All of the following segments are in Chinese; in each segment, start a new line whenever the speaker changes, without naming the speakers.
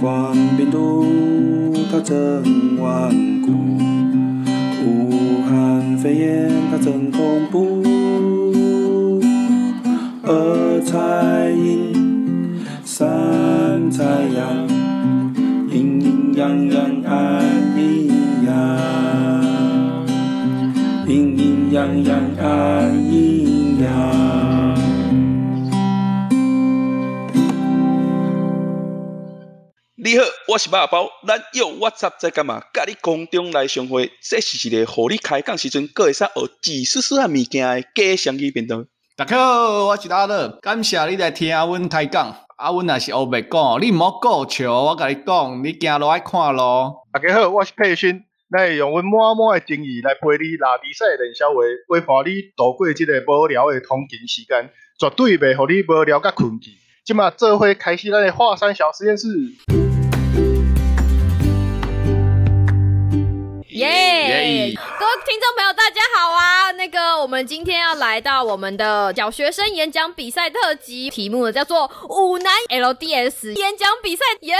冠病毒它真顽固，武汉肺炎它真恐怖。二菜阴，三菜阳，阴阴阳阳爱阴阳，阴阴阳阳爱阴阳。
你好，我是肉包，咱又 What's up 在干嘛？甲你空中来相会，这是一个互你开讲时阵，搁会使学一丝丝啊物件的假双语频道。
啊
大家好，我是大乐，感谢你来听阮台讲。啊，阮也是乌白讲，你毋好顾笑，我甲你讲，你行路爱看路。
大家好，我是佩勋，咱会用阮满满的情谊来陪你拉比赛练小话，陪伴你度过即个无聊的通勤时间，绝对袂互你无聊甲困去。即马做伙开始咱的华山小实验室。
耶！各位听众朋友，大家好啊！那个，我们今天要来到我们的小学生演讲比赛特辑，题目呢叫做“舞男 LDS 演讲比赛”。 耶！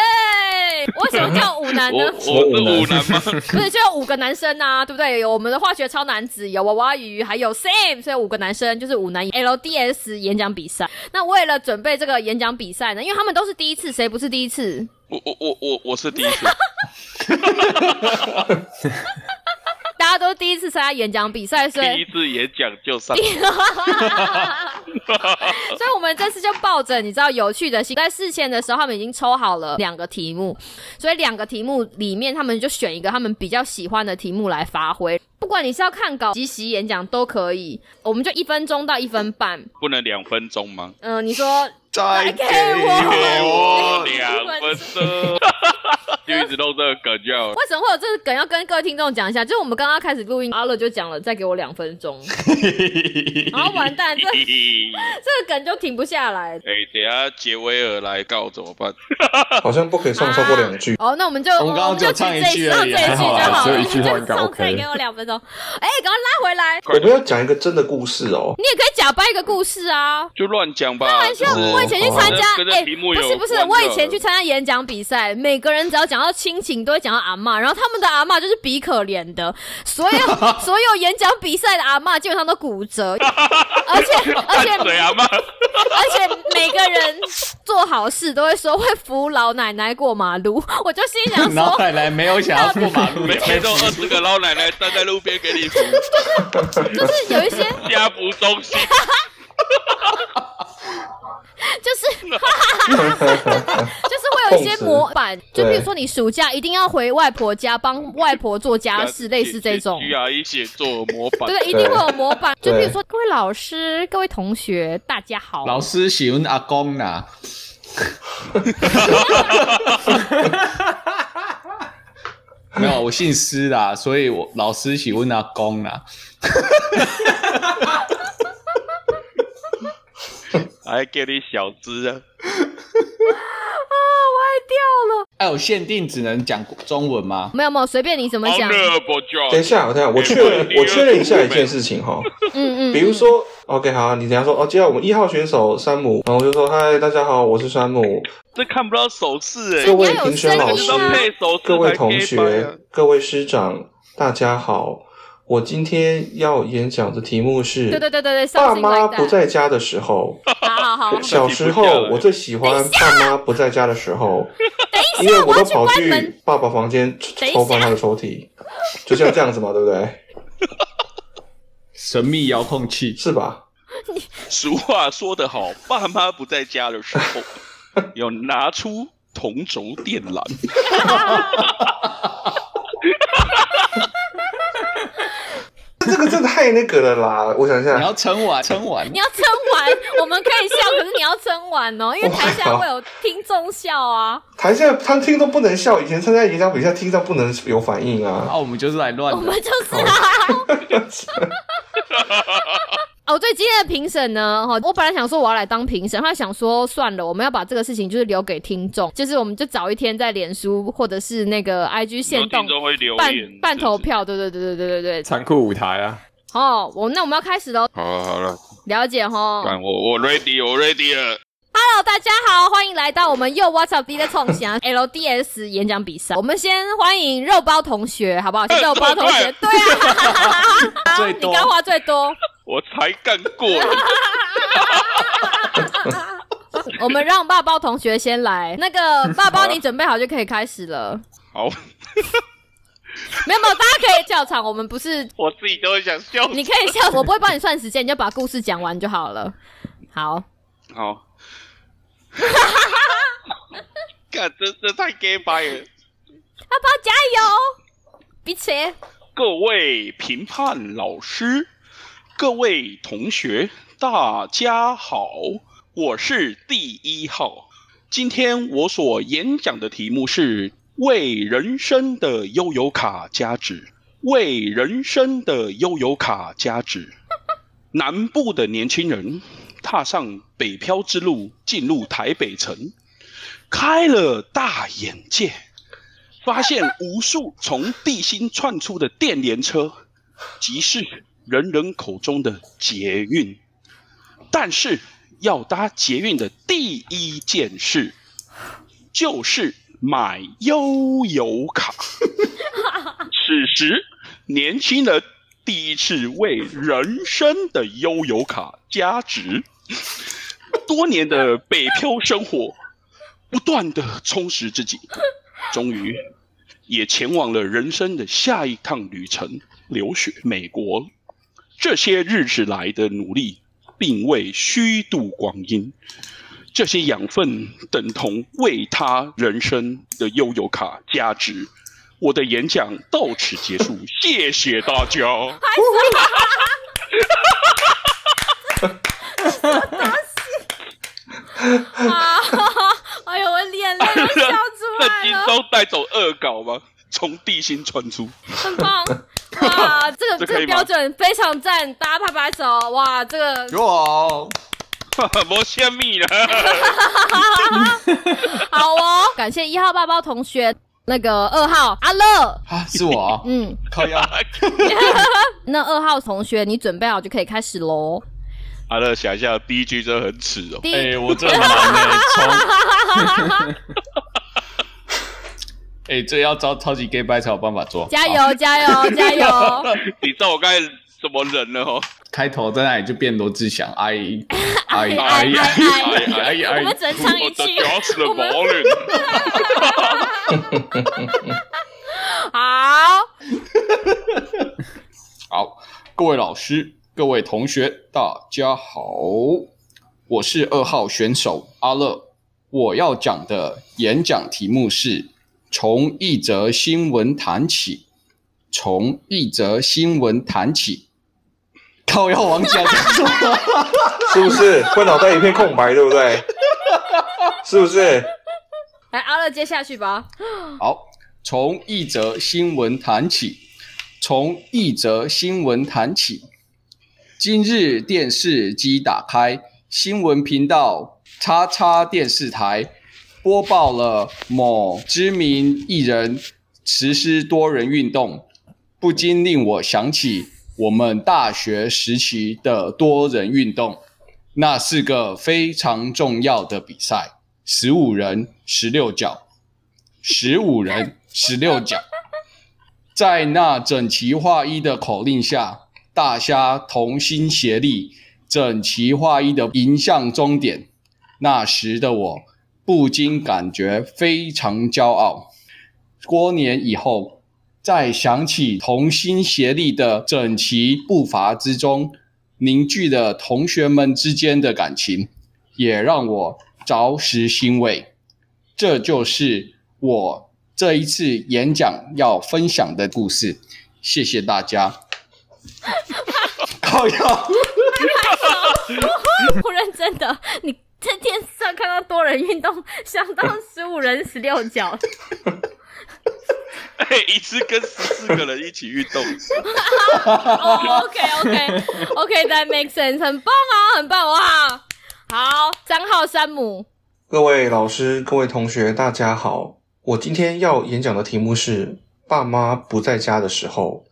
为什么叫舞男呢？
我五男吗？
不是，就有五个男生啊，对不对？有我们的化学超男子，有娃娃鱼，还有 Sam，所以五个男生就是五男 LDS 演讲比赛。那为了准备这个演讲比赛呢，因为他们都是第一次，谁不是第一次？
我我我我我是第 一次，
大家都是第一次参加演讲比赛，所以
第一次演讲就上。
所以我们这次就抱着你知道有趣的心，在事前的时候，他们已经抽好了两个题目，所以两个题目里面，他们就选一个他们比较喜欢的题目来发挥。不管你是要看稿、即席演讲都可以，我们就一分钟到一分半。
不能两分钟吗？
嗯、你说
再
给我哦
我两分钟， 就一直弄这个梗就好了。
为什么会有这个梗？要跟各位听众讲一下，就是我们刚刚开始录音，阿乐就讲了，再给我两分钟，然后完蛋，这
嘿嘿
这个梗就停不下来。
哎、等一下杰威尔来告怎么办？
好像不可以唱超过两句。
哦，那我们就
我们刚刚只有
就
唱一
这
句
唱
而
这
已
一
还好啦只有一句
句就好了，
话应该
就
OK
再给我两分钟。哎，赶快拉回来，
快
我
点
们要讲一个真的故事哦。
你也可以假扮一个故事啊。
就乱讲吧。开玩
像我以前去参加，
哦跟这
哎、
题目
不
有
是不是，
关
我
就
以前
好
去参加演讲比赛，每个人只要讲到亲情，都会讲到阿嬷，然后他们的阿嬷就是比可怜的，所 有所有演讲比赛的阿嬷基本上都骨折，而 且而且
看谁啊阿妈？
而且每个人做好事都会说会扶老奶奶过马路，我就心 想
老
说。
奶奶没有想要过马路
每
的，
天都二十个老奶奶站在路边给你 扶，
就是有一些，
家扶中 心。
就是， 就是会有一些模板，就比如说你暑假一定要回外婆家帮外婆做家事，类似这种。
居阿姨写作模板，
对，一定会有模板。就
对
比如说，各位老师、各位同学，大家好。
老师喜欢阿公啦， 没有，我姓施啦，所以我老师喜欢阿公啦。
还给你小资啊，
哎、有限定只能讲中文吗？
没有没有，随便你怎么
好
讲。嗯
热，Oh 不叫。
等一下，我等一下，哦我确认，我确认一下一件事情哈。
嗯。嗯
比如，说，OK，好，你等一下说，哦，接下来我们一号选手山姆，然后我就说，嗨，大家好，我是山姆，
这看不到手势哎、
各位
你要有
评选
声
老
这
师
都
音啊，
配手势
各位
才
同
K 吧呀
学，各位师长，大家好，我今天要演讲的题目是，
对对对对对，
爸
上次
妈不，在家的时 候，
好好好，
我小时候我最喜欢爸妈不在家的时候， 因为我都跑去爸爸房间
等一下
抽翻他的抽屉，就像这样子嘛，对不 对？
神秘遥控器，
是吧？
俗话说得好，爸妈不在家的时 候，要拿出同轴电缆。
这个真的太那个了啦！我想一
你
下，
要撑完，撑完
你。要撑完，我们可以笑，可是你要撑完 哦，因为台下会有听众笑啊。
台下他听都不能笑，以前参加演讲比赛听到不能有反应啊。
啊，我们就是来乱
我
的
们。就是啊。 哦，对，今天的评审呢，哈，我本来想说我要来当评审，后来想说算了，我们要把这个事情就是留给听众，就是我们就早一天在脸书或者是那个 IG
有
线动
听众会留
半
言
半投。票，对对对对对对对。
残酷舞台啊！
哦，我那我们要开始喽，
好了好了，
了解吼。
干我我 ready 我 ready 了。
Hello，大家好，欢迎来到我们又 What's Up D 的创想 LDS 演讲比赛。我们先欢迎肉包同学，好不好？肉包同学，对啊，
最
你
多
刚话最多。
我才干过了，
我们让爸包同学先来。那个爸包，
好啊
你准备好就可以开始了。
好，
没有没有，大家可以笑场。我们不是，
我自己都会想笑。
你可以笑，我不会帮你算时间，你就把故事讲完就好了。好，
好，
看，这这太 gay 掰了。
阿包加油！彼此，
各位评判老师，各位同学，大家好，我是第一号。今天我所演讲的题目是为人生的悠游卡加值，为人生的悠游卡加值。南部的年轻人踏上北漂之路，进入台北城，开了大眼界。发现无数从地心窜出的电联车，即是人人口中的捷运。但是要搭捷运的第一件事，就是买悠游卡。此时，年轻人第一次为人生的悠游卡加值，多年的北漂生活，不断的充实自己。终于也前往了人生的下一趟旅程——留学美国。这些日子来的努力，并未虚度光阴。这些养分等同为他人生的悠游卡价值。我的演讲到此结束，谢谢大家。
啊， 哎呦，我眼泪都笑出
那
来
今
了。
朝带走恶搞吗？从地心穿出，
很棒！哇，这个
这
这
可以
个
吗
标准非常赞，大家拍拍手！哇，这个
有哦，
我泄密了。
好哦，感谢一号爸包同学，那个二号阿乐，
啊，是我哦，
嗯，
靠 腰，
那二号同学你准备好就可以开始喽。
阿乐想一下，第一句真的很耻哦。
第一，
哎、我这很难哎、从
哎、这个要招超级 gay 掰才有办法做。
加
好！
油加 油加油！
你知道我刚才什么人了哦？
开头在那里就变罗志祥，哎 哎哎
哎哎
哎
我
哎
们只能唱一
我
句
的。脚趾的毛 人，
好，
好，各位老师、各位同学，大家好，我是二号选手阿乐。我要讲的演讲题目是：从一则新闻谈起，从一则新闻谈起。靠，要往讲什么？
是不 是？会脑袋一片空白，对不对？是不是？
来阿乐接下去 吧。
好，从一则新闻谈起，从一则新闻谈起。今日电视机打开，新闻频道叉叉电视台播报了某知名艺人实施多人运动，不禁令我想起我们大学时期的多人运动，那是个非常重要的比赛，十五人十六脚，十五人十六脚，在那整齐划一的口令下，大家同心协力，整齐划一的迎向终点。那时的我不禁感觉非常骄傲。多年以后，再想起同心协力的整齐步伐之中，凝聚了同学们之间的感情，也让我着实欣慰。这就是我这一次演讲要分享的故事。谢谢大 家。靠腰，
不认真的，你在电视上看到多人运动，想到十五人十六脚，
哎，一次跟十四个人一起运 动，
哦、o k OK OK，that、makes sense，很棒啊，很棒哇！好，张浩山姆，
各位老师、各位同学，大家好。我今天要演讲的题目是：爸妈不在家的时候。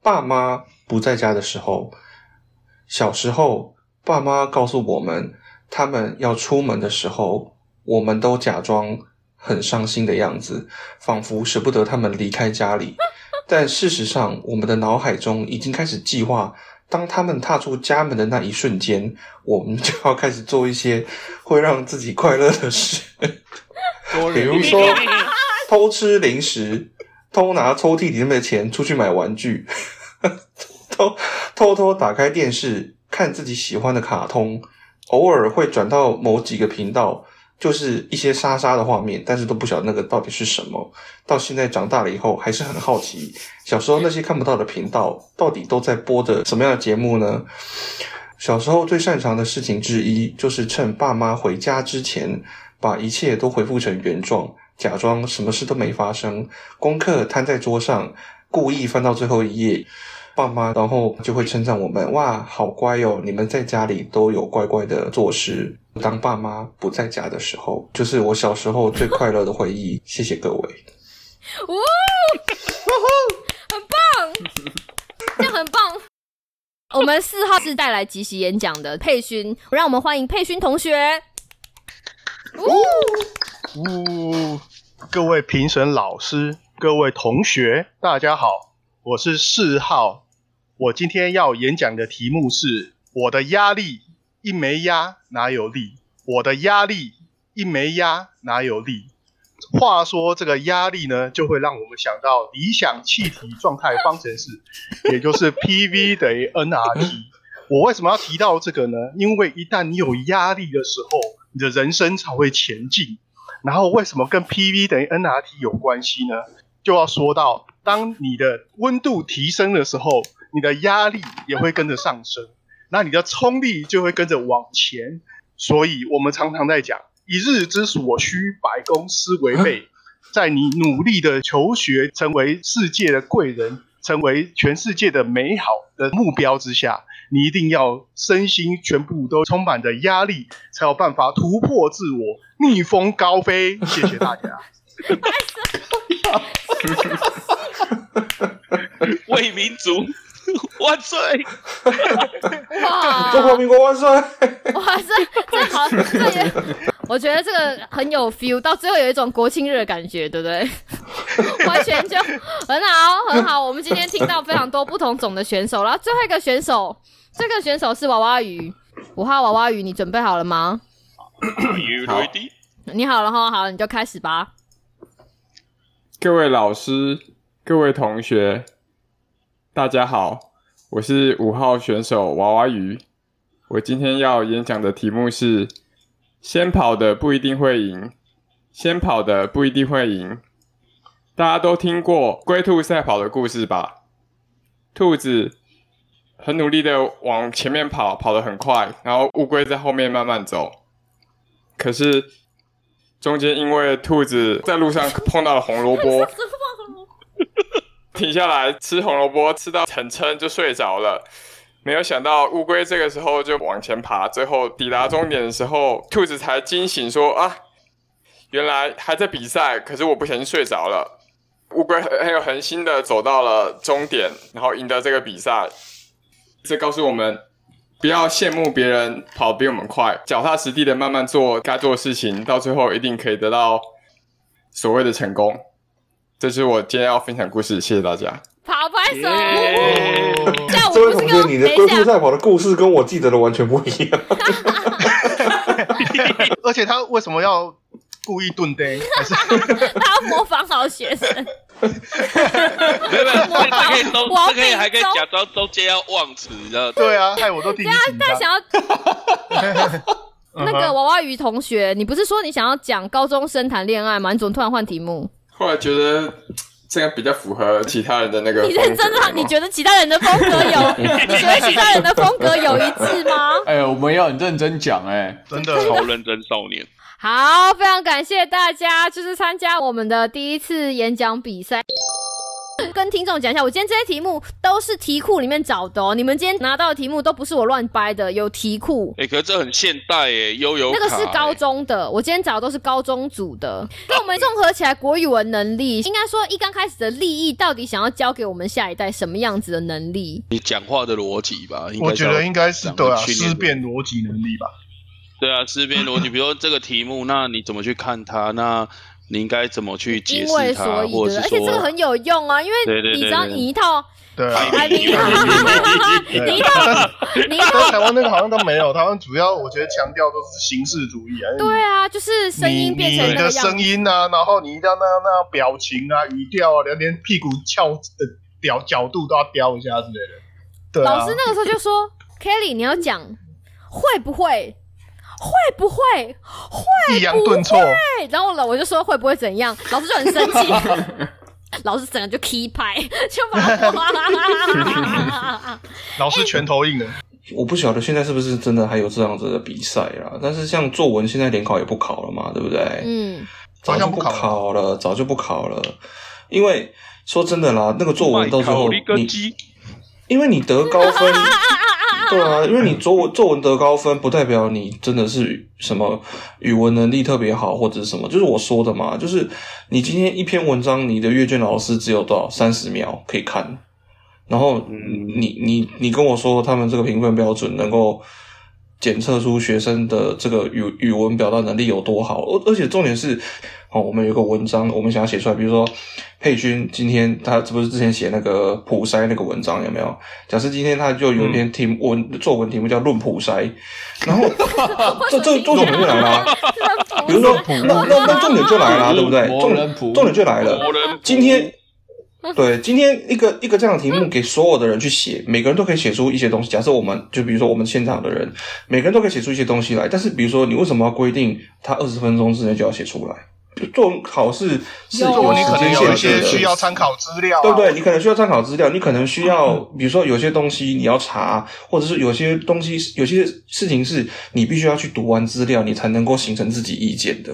爸妈不在家的时候，小时候，爸妈告诉我们，他们要出门的时候，我们都假装很伤心的样子，仿佛舍不得他们离开家里。但事实上，我们的脑海中已经开始计划，当他们踏出家门的那一瞬间，我们就要开始做一些 会让自己快乐的事， 比如说偷吃零食、偷拿抽屉里面的钱出去买玩具、 偷偷偷打开电视看自己喜欢的卡通，偶尔会转到某几个频道。就是一些沙沙的画面，但是都不晓得那个到底是什么。到现在长大了以后，还是很好奇，小时候那些看不到的频道到底都在播着什么样的节目呢？小时候最擅长的事情之一，就是趁爸妈回家之前，把一切都恢复成原状，假装什么事都没发生，功课摊在桌上，故意翻到最后一页。爸妈，然后就会称赞我们，哇，好乖哦！你们在家里都有乖乖的做事。当爸妈不在家的时候，就是我小时候最快乐的回忆。谢谢各位。
呜，很棒，这样很棒。我们四号是带来即席演讲的佩勋，让我们欢迎佩勋同学。
呜，各位评审老师、各位同学，大家好，我是四号。我今天要演讲的题目是：我的压力一没压哪有力？我的压力一没压哪有力？话说这个压力呢，就会让我们想到理想气体状态方程式，也就是 PV 等于 nRT。我为什么要提到这个呢？因为一旦你有压力的时候，你的人生才会前进。然后为什么跟 PV 等于 nRT 有关系呢？就要说到，当你的温度提升的时候，你的压力也会跟着上升，那你的冲力就会跟着往前。所以我们常常在讲“一日之所需，百公司为备”。在你努力的求学，成为世界的贵人，成为全世界的美好的目标之下，你一定要身心全部都充满着压力，才有办法突破自我，逆风高飞。谢谢大家。
为民 族万岁！
哇，
中华民国万岁！
哇，这这好，这也，我觉得这个很有 feel，到最后有一种国庆日的感觉，对不对？ 完全就很好，很好。我们今天听到非常多不同种的选手，然后最后一个选手，这个选手是娃娃鱼，五号娃娃鱼，你准备好了吗？
Are you ready？
你好了哈，好，你就开始吧。
各位老师、各位同学，大家好，我是五号选手娃娃鱼。我今天要演讲的题目是：先跑的不一定会赢，先跑的不一定会赢。大家都听过龟兔赛跑的故事吧？兔子很努力的往前面跑，跑得很快，然后乌龟在后面慢慢走。可是中间因为兔子在路上碰到了红萝卜，停下来吃红萝卜，吃到很撑就睡着了。没有想到乌龟这个时候就往前爬，最后抵达终点的时候，兔子才惊醒说啊，原来还在比赛，可是我不小心睡着了。乌龟很很有恒心的走到了终点，然后赢得这个比赛。这告诉我们，不要羡慕别人跑得比我们快，脚踏实地的慢慢做该做的事情，到最后一定可以得到所谓的成功。这是我今天要分享的故事，谢谢大家。
跑拍手，这 样我
这位
不是
同
跟
学，
我
你的
等
龟
一
兔
下，
赛跑的故事跟我记得的完全不一 样。
而且他为什么要故意蹲呆？还是
他要模仿好学生。
没有没有，这个可以 中，
王
这个可以还可以
炳忠
假装中间要忘词，你知道吗？
对啊，害我都听紧
但
张。嗯
想要那个娃娃鱼同学，你不是说你想要讲高中生谈恋爱吗？你怎么突然换题目？
后来觉得这样比较符合其他人的那个风
你
格。
认真的话，你觉得其他人的风格有，你觉得其他人的风格有一致吗？
哎、我们要很认真讲哎、
真的
超认真少年，
好，非常感谢大家，就是参加我们的第一次演讲比赛。跟听众讲一下，我今天这些题目都是题库里面找的哦。你们今天拿到的题目都不是我乱掰的，有题 库。
哎、可是这很现代耶，悠游
那个是
卡
高
耶
中的，我今天找的都是高中组的。那我们综合起来，国语文能力，应该说一刚开始的利益，到底想要教给我们下一代什么样子的能力？
哎
你讲话的逻辑吧，应该
我觉得应该是对啊，
去年
思辨逻辑能力吧。
对啊，思辨逻辑，比如说这个题 目，那你怎么去看它？那你应该怎么去解
因
释
为
它，
所以
或者
的，
是
而
说
且这个很有用啊，因
对
为
对
你
对
只要
对
你 一套，
对 啊，
哎，你一 套，你一套，你一套，
但台湾那个好像都没有，台湾主要我觉得强调都是形式主义啊。
对啊，就是声音变成
你
那
的
个样
声
子，
音啊，然后你一定要那那表情啊、语调啊，连连屁股翘的角角度都要雕一下之类的。对啊，
老师那个时候就 说：“Kelly，你要讲会不会？会不会？
抑扬顿挫，
会。”然后呢，我就说会不会怎样？老师就很生 气，老师整个就 key 拍，就把 他
老师拳头硬的。
我不晓得现在是不是真的还有这样子的比赛啦。但是像作文，现在联考也不考了嘛，对不对？
嗯，
早
好
就
像不
不
考了
考了，早就不考了。因为说真的啦，那个作文到最
麦
后
考利根
你，
基
因为你得高分， 对啊，因为你作文作文得高分，不代表你真的是什么语文能力特别好或者是什么。就是我说的嘛，就是你今天一篇文章，你的阅卷老师只有多少三十秒可以看，然后你你你跟我说他们这个评分标准能够检测出学生的这个语语文表达能力有多好，而而且重点是，哦，我们有一个文章，我们想要写出来，比如说佩君今天他这不是之前写那个普筛那个文章有没有？假设今天他就有一篇题目文作文题目叫《论普筛》，然后这这重点就来了啊、比如
哦
说，那那那重点就来了啊、对不对？
魔
重
人普
重点就来了，
魔人
今天，对，今天一个一个这样的题目给所有的人去写，每个人都可以写出一些东西。假设我们就比如说我们现场的人，每个人都可以写出一些东西来。但是比如说你为什么要规定他二十分钟之内就要写出来？做考试是
有
作文你
时
可能
间
有啊一
限制
些
的，
需要参考资料、啊，
对不对？你可能需要参考资料，你可能需要，比如说有些东西你要查，或者是有些东西、有些事情是你必须要去读完资料，你才能够形成自己意见的，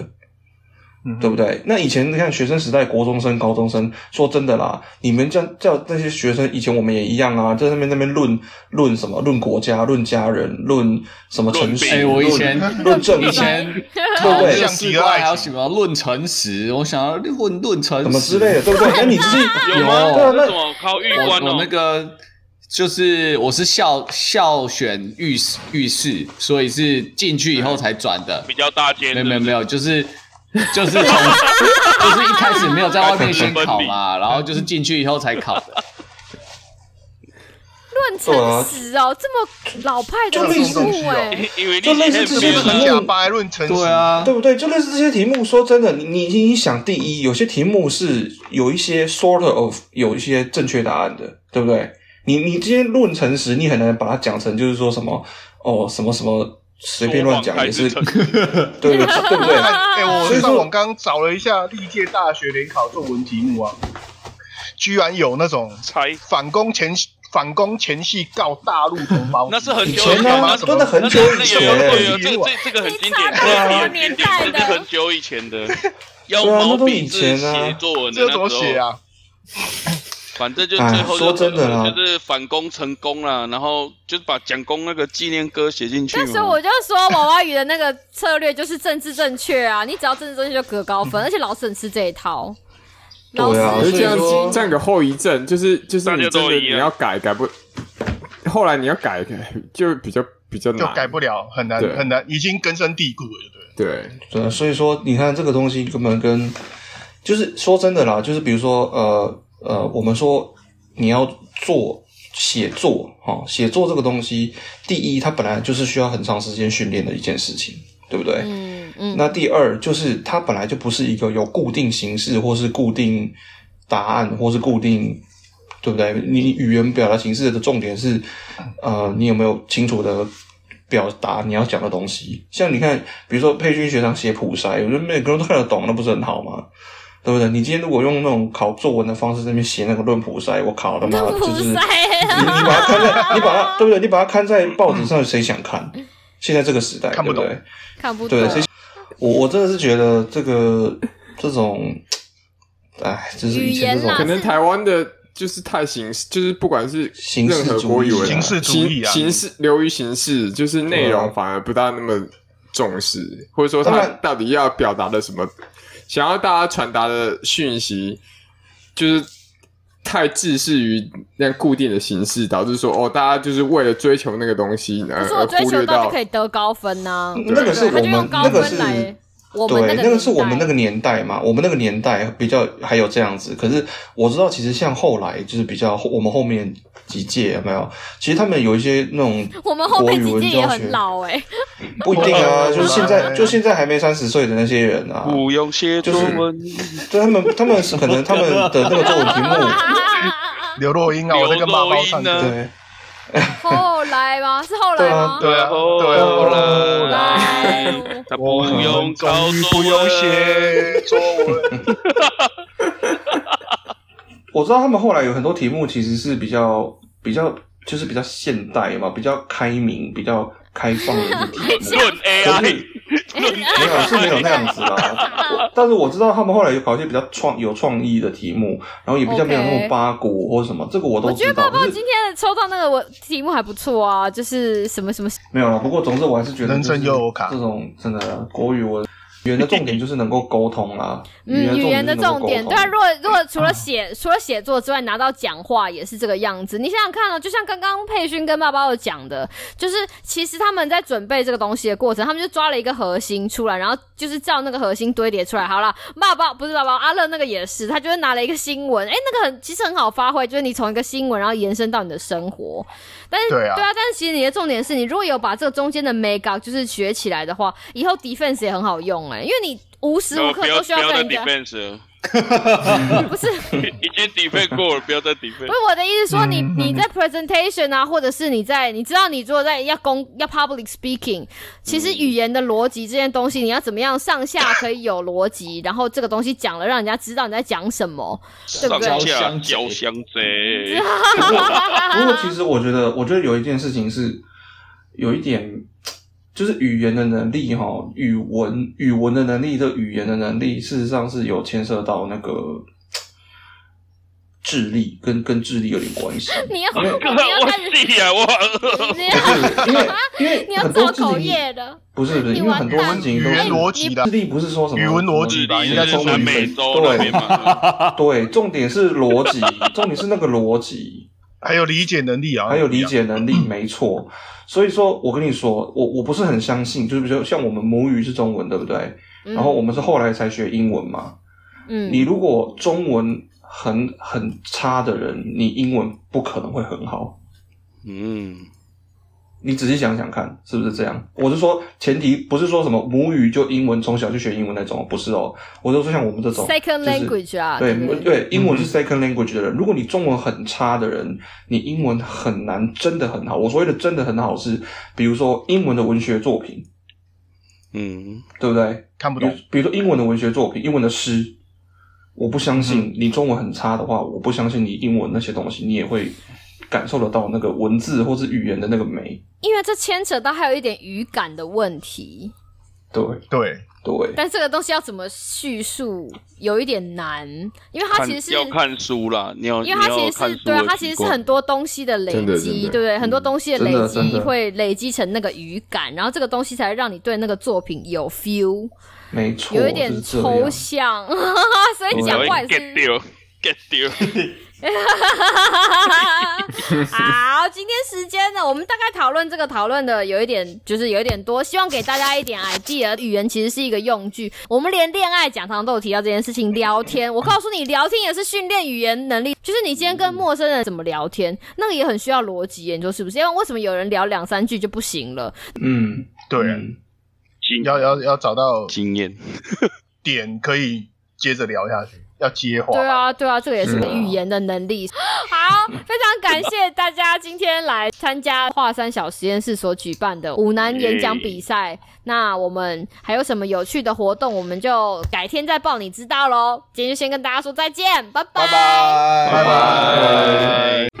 嗯
对不对？那以前你看学生时代，国中生、高中生，说真的啦，你们叫叫那些学生，以前我们也一样啊，在那边那边论论什么，论国家、论家人、论什么城市，
哎，我以前
论论政
以
治。
前
对
考
不对
这四块还有什么论诚实，我想要论论诚实
什么之类的，对不对？那你自 己
有吗？
对啊，
那
那
怎么考玉
我
官
我
哦
那？个就是我是校校选预预试，所以是进去以后才转的。
比较大间
没
的，
有没有没有，就是就是从 就是一开始没有在外面先考 嘛，然后就是进去以后才考的。
论诚实哦，这么老派的
就类
题
似
目哎，
因为
就
你
类似这些
没有
题
论
目
假掰，论诚实，
对，啊，
对不对？就类似这些题目，说真的，你你你你想，第一，有些题目是有一些 sort of 有一些正确答案的，对不对？你你今天论诚实，你很难把它讲成就是说什么哦什么什么随便乱讲也是，
说
对
谎才
对对不对？
哎、
所
我
以
上
说
网刚找了一下历届大学联考作文题目啊，居然有那种
猜，
反攻前反攻前戏告大陆同胞
那是很
以
久
前
以
呢、
前啊
那
真的很久以
那有有有
前
有，，这个这这个很经典，
你差多
很
年
经典，
代
这
的
是很久以前的，要
对啊
毛
那都
笔
以
字
前啊
写作文的
这
那
怎么写
时候，
啊？
反正就
哎
最后就
说真的啦
就是反攻成功了，然后就把蒋公那个纪念歌写进去嘛。
那时候我就说娃娃鱼的那个策略就是政治正确啊，你只要政治正确就得高分，而且老师很吃这一套。
对
老
啊
师
可是这样
所以说
这样有后遗症，就是就是
大
你
家
真
都
的
一
你
样
要改改不，后来你要改就比较比较
就
难，
改不了，很难
对
很难，已经根深蒂固了，对不
对，
对，所以说你看这个东西根本跟，就是说真的啦，就是比如说呃呃，我们说你要做写作哦，写作这个东西，第一它本来就是需要很长时间训练的一件事情，对不对？
嗯嗯，
那第二就是它本来就不是一个有固定形式或是固定答案或是固定，对不对？你语言表达形式的重点是，呃，你有没有清楚的表达你要讲的东西？像你看，比如说佩君学长写普筛，我觉得每个人都看得懂，那不是很好吗？对不对？你今天如果用那种考作文的方式在那边写那个论普筛，我考他妈
那
就
不
是
塞
你你把它刊在，你把它对不对？你把它刊在报纸上，谁想看？现在这个时代，
看不懂
对对
看不懂 哎
对，。所以我我真的是觉得这个这种，哎，就是以前
语言
这
可
啦
种
能台湾的就是太形式，就是不管是
形式
任何国语
主义
文
对？形
啊
式主义啊，
形形式流于形式，就是内
对
容
啊
反而不大那么重视，或者说
当
他
然
到底要表达的什么，想要大家传达的讯息，就是太自视于那固定的形式，导致说哦，大家就是为了追求那个东西呢，
可是我
而
追
忽
求
略
到就
到
可以得高分呐、
那个是
对
我
他就用
们
高
那个
分
是
来我们
对，
那个
那个是我们
年代
那个年代嘛，我们那个年代比较还有这样子。可是我知道，其实像后来就是比较我们后面几届有没有？其实他们有一些那种
我们后面几
国语
届
文
也
教学
很老哎、
不一定啊，就是现在
对
就现在还没三十岁的那些人啊，
嗯
不用写作文，
对他们他们是可能他们的那个作文题目，
刘若英啊，我在跟妈包唱
刘若英
歌
呢，
对
后来吗？是后来吗？
对啊，对啊，
后
后
来
来
他哦不用高
终于
中
不用写作 文，
我知道他们后来有很多题目其实是比较比较就是比较现代嘛，比较开明、比较开放的一些 题目。
论 AI，
没有是没有那样子 啦。我但是我知道他们后来有搞一些比较创有创意的题目，然后也比较没有那
OK
么八股或什么，这个我
我
都
觉
知
得
道。
抱抱
可
今
是
天抽到那个我题目还不错啊，就是什么什么
没有啦，不过总之我还是觉得
人生
就是
优柔卡
这种真的国语文语言的重点就是能够沟通啦，
嗯，语言的
就是能
重
够
点，
沟
对啊，
通
如果如果除了写、除了写作之外，拿到讲话也是这个样子。你想想看哦，就像刚刚佩勋跟爸爸有讲的，就是其实他们在准备这个东西的过程，他们就抓了一个核心出来，然后就是照那个核心堆叠出来。好了，爸爸不是爸爸，阿乐那个也是，他就是拿了一个新闻，哎、那个很其实很好发挥，就是你从一个新闻然后延伸到你的生活。但是
对啊
但是其实你的重点是你如果有把这个中间的 make up 就是学起来的话，以后 defense 也很好用哎、因为你。无时无
哦
刻
不要
都需
不要
跟
再
人家
defense，了
不是，
已经 defend 过了，不要再
不
defend
是。我的意思说
嗯
你，你在 presentation 啊，或者是你在，你知道你如果在要公要 public speaking，其实语言的逻辑这件东西，你要怎么样上下可以有逻辑，然后这个东西讲了，让人家知道你在讲什么，对不
上
对？
下
交
交
相
相贼，
不过其实我觉得，我觉得有一件事情是有一点，就是语言的能力哈，语文语文的能力，这语言的能力，事实上是有牵涉到那个智力跟跟智力有点关系。
你 要你要开
我
始，
弟 呀，我
你
因为 因为
要你要
很
造
多事
口
情
业的，
不是不是，
你
因为
完
很多
蛋
事情
语
都
言
是
逻辑的
智。力不是说什么
语文逻辑吧应该
是
说
南
南
美
美
洲那边 嘛，
对，重点是逻辑，重点是那个逻辑。
还有理解能力啊，
还有理解能力，没错。所以说我跟你说，我我不是很相信，就是比如说像我们母语是中文，对不对？
嗯
然后我们是后来才学英文嘛。
嗯
你如果中文很很差的人，你英文不可能会很好。
嗯，
你仔细想想看，是不是这样？我是说，前提不是说什么母语就英文，从小就学英文那种，不是哦。我就说像我们这种
，second
就是
language 啊，
对
不
对，英
嗯
文是 second language 的人，如果你中文很差的人，你英文很难真的很好。我所谓的真的很好是，比如说英文的文学作品，
嗯，
对不对？
看不
比如
懂，
比如说英文的文学作品，英文的诗，我不相
嗯
信你中文很差的话，我不相信你英文那些东西，你也会感受得到那个文字或是语言的那个美。
因为这牵扯到还有一点语感的问题，
对
对，
对，
但这个东西要怎么叙述有一点难，因为它
看
其实是
要看书啦，你要
因为它
你
其
要
实
看
是
书
对啊
的，
它其实
习
是
惯
很多东西的累
真的真
积，
的
对不对？很多东西的累
嗯真的
积
真的
会累积成那个语感，然后这个东西才让你对那个作品有 feel，
没错，
有一
就
点
是这样
抽象， 所以
对
讲
我
话也
get
是。
掉 get 掉，
好，今天时间呢，我们大概讨论这个讨论的有一点，就是有一点多，希望给大家一点 idea。语言其实是一个用具，我们连恋爱讲堂都有提到这件事情。聊天，我告诉你，聊天也是训练语言能力，就是你今天跟陌生人怎么聊天，那个也很需要逻辑研究，是不是？因为为什么有人聊两三句就不行了？
嗯，
对啊，
嗯
经
要要要找到
经验，
点可以接着聊下去，要接话，
对啊，对啊，这个也是
是啊
语言的能力。 好，非常感谢大家今天来参加华山小实验室所举办的五南演讲比赛。那我们还有什么有趣的活动，我们就改天再报你知道喽。今天就先跟大家说再见，拜
拜拜
拜拜。